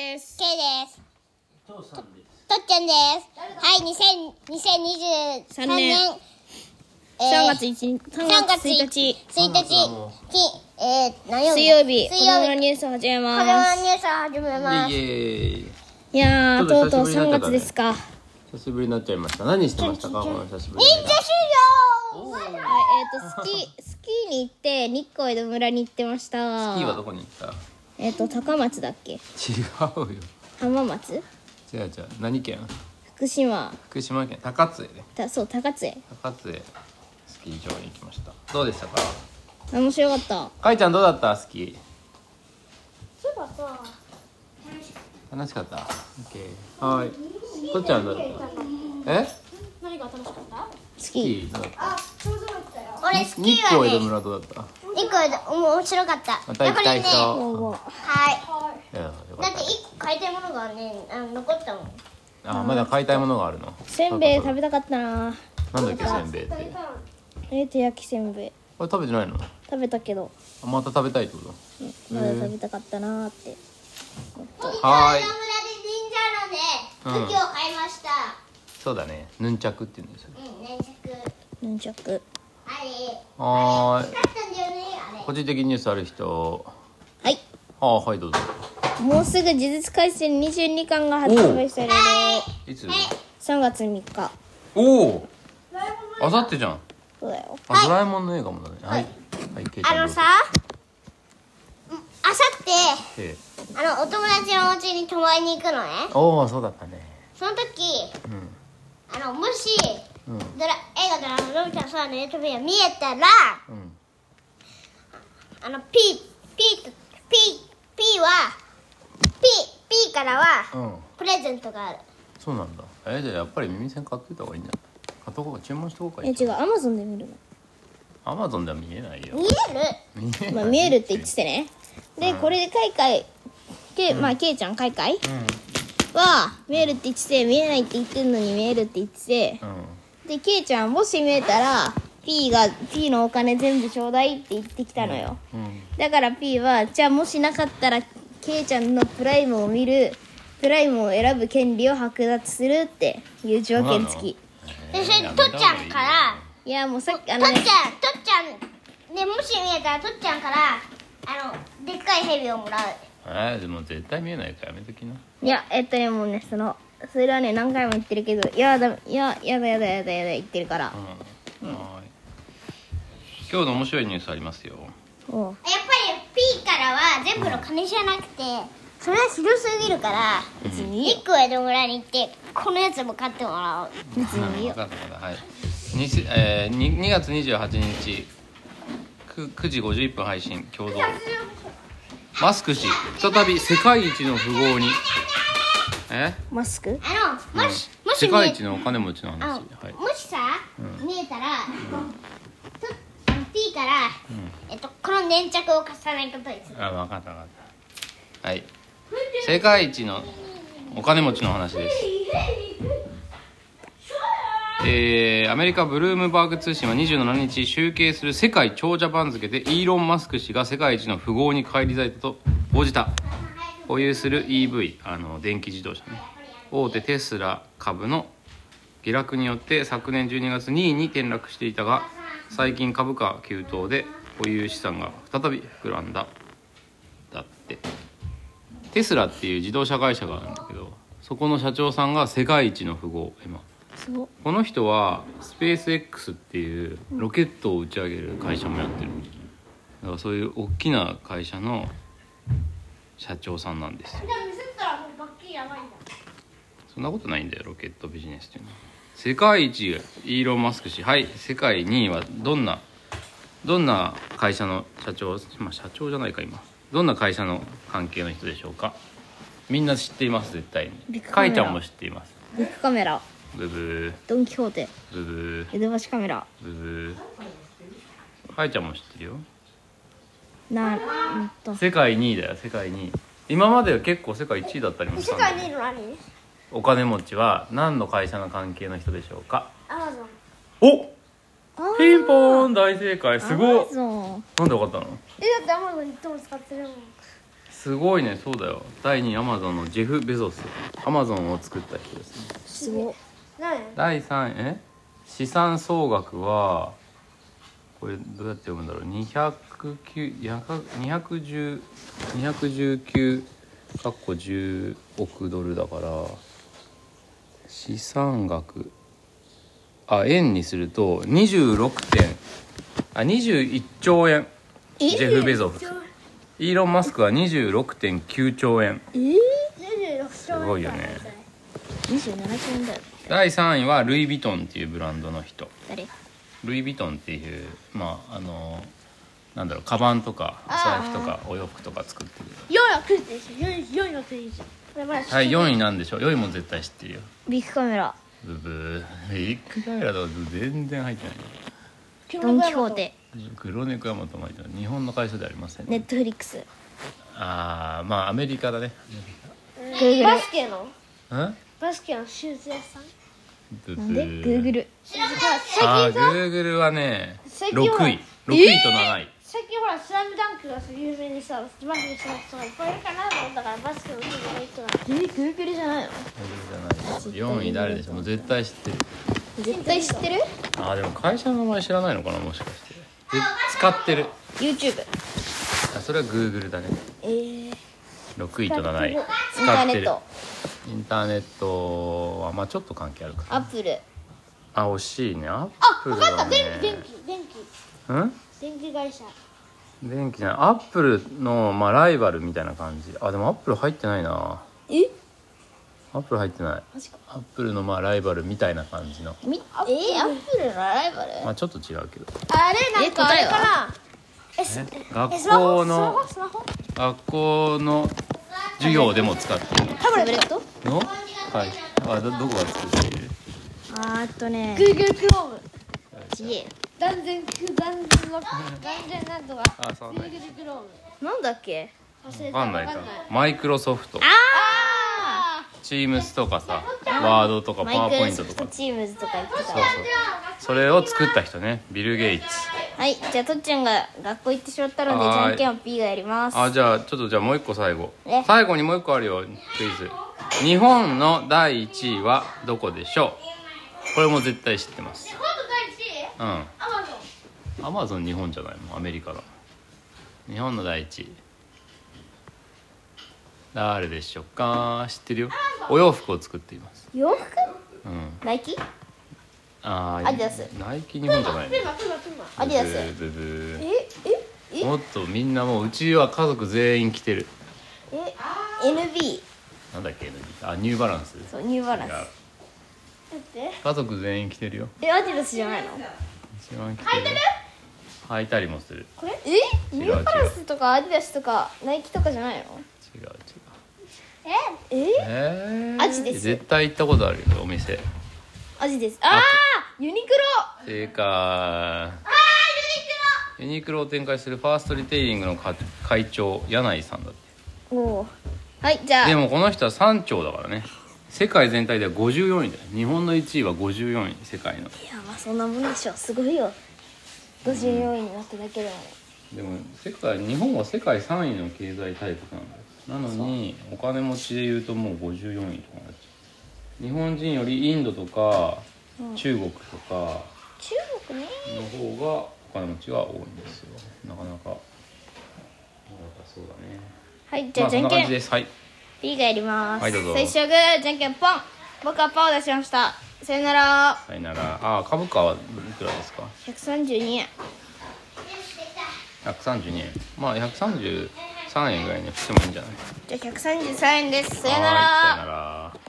いです。父さんですとっちゃんです。はい、2000 2023三年年えー3月1日、3月1日、 1日、きえー、何曜日水曜日、子水曜供日のニュースを始めこれはます。ニュースを始めます。イエーイいやー、ちょとっうととう久し3ぶりになっ月たからねですか。はい、久しぶりになっちゃいました何してましたかこの久しぶり忍に者修行えっ、と、スキー、 スキーに行って、日光江戸村に行ってました。キーはどこに行ったえっ、と、高松だっけ違うよ浜松違う違う何県福島、福島県高津江ねたそう、高津へ。高津江スキー場に行きましたどうでしたか面白かった。かいちゃんどうだったスキーそうださ、楽しかったオッケーはーいとっちゃんどうだったえススキキー。ーどうだった俺好日きは光江戸ね、村どうだった一個で面白かった。また行きたい人だからね午後はうんよい。かだっって一個買いたいものがね、あの残ったもん。たあまだ買いたいものがあるのせんべい食べたかったななんだっけせんべいってえー、手焼きせんべい。これ食べてないの食べたけど、あまた食べたいってことうんまだ食べたかったなーって。はーい日光江戸村で忍者のね、武器を買いました。そうだねヌンチャクって言うんですようん、粘着。ヌンチャク。あれ、はーい使ったんだよね、あれ。個人的ニュースある人はい。ああはいどうぞもうすぐ呪術廻戦22巻が発売されるいつ3月3日おおあさってじゃんそうだよあ、ドラえもんの映画もだねはいはいケイちゃんあのさ、うんあさって、どうぞえあの、お友達のお家に泊まりに行くのね。えおおそうだったねその時、うあの、もし、んうんドラ映画ドラののび太の空のトビが見えたら、うんあの、ピー、ピーと、ピー、ピーは、ピー、ピーからは、うんプレゼントがある。そうなんだえじゃあやっぱり耳栓買っといた方がいいんじゃない買っとこうか注文しとこうかえ違うアマゾンで見るアマゾンでは見えないよ見える見えの、まないあ、見えるって言っててねでこれでカイカイけ、まあケイちゃんカイカイは見えるって言ってて見えないって言ってんのに見えるって言っててうんうんでケイちゃんもし見えたら P が P のお金全部ちょうだいって言ってきたのようんだから P はじゃあもしなかったらケイちゃんのプライムを見るプライムを選ぶ権利を剥奪するっていう条件付きで、それで、とっちゃんから、いやもうさっきあとのっちゃん、とねっちゃん、で、もし見えたら、とっちゃんから、あの、でっかいヘビをもらう。えーでも絶対見えないからやめときないやえっとねもうねそのそれはね何回も言ってるけどいやだいややだやだやだやだ言ってるからうんはーい今日の面白いニュースありますよおうやっぱり P からは全部の金じゃなくて、それは広すぎるから別にいい日よ光江戸村に行ってこのやつも買ってもらおう別にいいよ分かった分かったはいにせえー、に2月28日 9, 9時51分配信共同マスク氏再び世界一の富豪にえマスクあのもし、もし世界一見えのお金持ちの話あはいもしさ、見えたら、とあの P から、えっと、この粘着を貸さないことにするあ分かった分かったはい世界一のお金持ちの話ですえーアメリカブルームバーグ通信は27日集計する世界長者番付でイーロン・マスク氏が世界一の富豪に返り咲いたと報じた保有する EV あの電気自動車ね大手テスラ株の下落によって昨年12月2位に転落していたが最近株価急騰で保有資産が再び膨らんだだってテスラっていう自動車会社があるんだけどそこの社長さんが世界一の富豪今すごこの人はスペース X っていうロケットを打ち上げる会社もやってるだからそういう大きな会社の社長さんなんですよそんなことないんだよロケットビジネスっていうのは世界一イーロン・マスク氏はい世界2位はどんなどんな会社の社長まあ社長じゃないか今どんな会社の関係の人でしょうかみんな知っています絶対ビッにグカかメラいちゃんも知っていますビッグカメラブブドン・キホーテーブブーヨドバシカメラブブーかいちゃんも知ってるよなうんと世界2位だよ世界2位今までは結構世界1位だったりもしたんだのよ何お金持ちは何の会社の関係の人でしょうかアマゾンおあーピンポーン大正解すごアいマゾンなんでわかったのえだってアマゾンいつも使ってるもんすごいねそうだよ第2位アマゾンのジェフ・ベゾスアマゾンを作った人ですねすごい何第3位え資産総額はこれどうやって読むんだろう209 219かっこ10億ドルだから資産額あ円にすると26点あ21兆円ジェフ・ベゾスイーロン・マスクは26.9兆円26すごいよね27兆円だよ第3位はルイ・ヴィトンっていうブランドの人誰ルイ・ヴィトンっていうまああのなんだろうカバンとかお財布とかお洋服とか作ってる400でしょ400でしょこれまだはい4位なんでしょう4位も絶対知ってるよビッグカメラブブービッグカメラとか全然入ってないドドン・キホーテ黒猫山とも入ってない日本の会社ではありません、ネットフリックスああまあアメリカだねバスケのうんバスケのシューズ屋さんブブなーんで Google ああグーグルはね最6近は位6位と7位、最近ほら「スラムダンクがさ有名でさバスケした人がいっぱいいるかなと思ったからバスケの人がいい人なえ Google じゃないのグーグルじゃない4位誰でしょうもう絶対知ってる絶対知ってるあーでも会社の名前知らないのかなもしかしてで使ってる YouTube あそれは Google だねえー、イン6位と7位タ使ーっネてッるトインターネットはまあちょっと関係あるかアップルあ惜しいねアッあプル分かったは電気電ね気電気うん電気会社電気じゃないアップルのまあライバルみたいな感じあでもアップル入ってないなえアップル入ってないマジかアップルのまあライバルみたいな感じのみえー、アップルのライバルまあちょっと違うけどあれなんかあれかなええすえ学スマホスマ校のホスマホ学校の授業でも使ってるタブレットのはいあどどこが作っているあーっとね Google Chrome ちげえ断然断然の断然なんとかあ触んない Google Chrome なんだっけ忘れた分かんないかマイクロソフトあ Teams とかさワードとかーパマワイークポロインソトフトとかチームズとか言ってたそうそうそれを作った人ねビル・ゲイツはいじゃあとっちゃんが学校行ってしまったのでじはーいゃんけんを P がやりますあじゃあちょっとじゃあもう一個最後え最後にもう一個あるよクイズ日本の第1位はどこでしょうこれも絶対知ってますうんアマゾン日本じゃないもんアメリカだ日本の第1位誰でしょうか知ってるよお洋服を作っています洋服うんナイキあアディダスーナイキ日本じゃないのアディダスブブーブえブえーもっとみんなもううちは家族全員着てるえ NB なんだっけ NB あニューバランスそうニューバランス違うって家族全員着てるよえアディダスじゃないの一番着てる履いたりもするこれえニューバランスとかアディダスとかナイキとかじゃないの違う違うえええー、アジです絶対行ったことあるよお店アジですああユニクロ正解ユニクロを展開するファーストリテイリングのか会長柳井さんだっておおはいじゃであもこの人は3兆だからね世界全体では54位だよ日本の1位は54位世界のいやまあそんなもんでしょうすごいよ54位になっただけでもねでも世界日本は世界3位の経済大国なんだよなのにお金持ちで言うともう54位とかになっちゃう日本人よりインドとか中国とか中国ねの方がお金持ちが多いんですよなかなかなかなかそうだねはいじゃまああそじんゃなん感けじんですはい P がやります、はいどうぞ最初はグーじゃんけんポン僕はパーを出しましたさよならさよならあ株価はいくらですか132円132円まあ133円ぐらいにしてもいいんじゃないじゃあ133円ですさよなはらいさよなら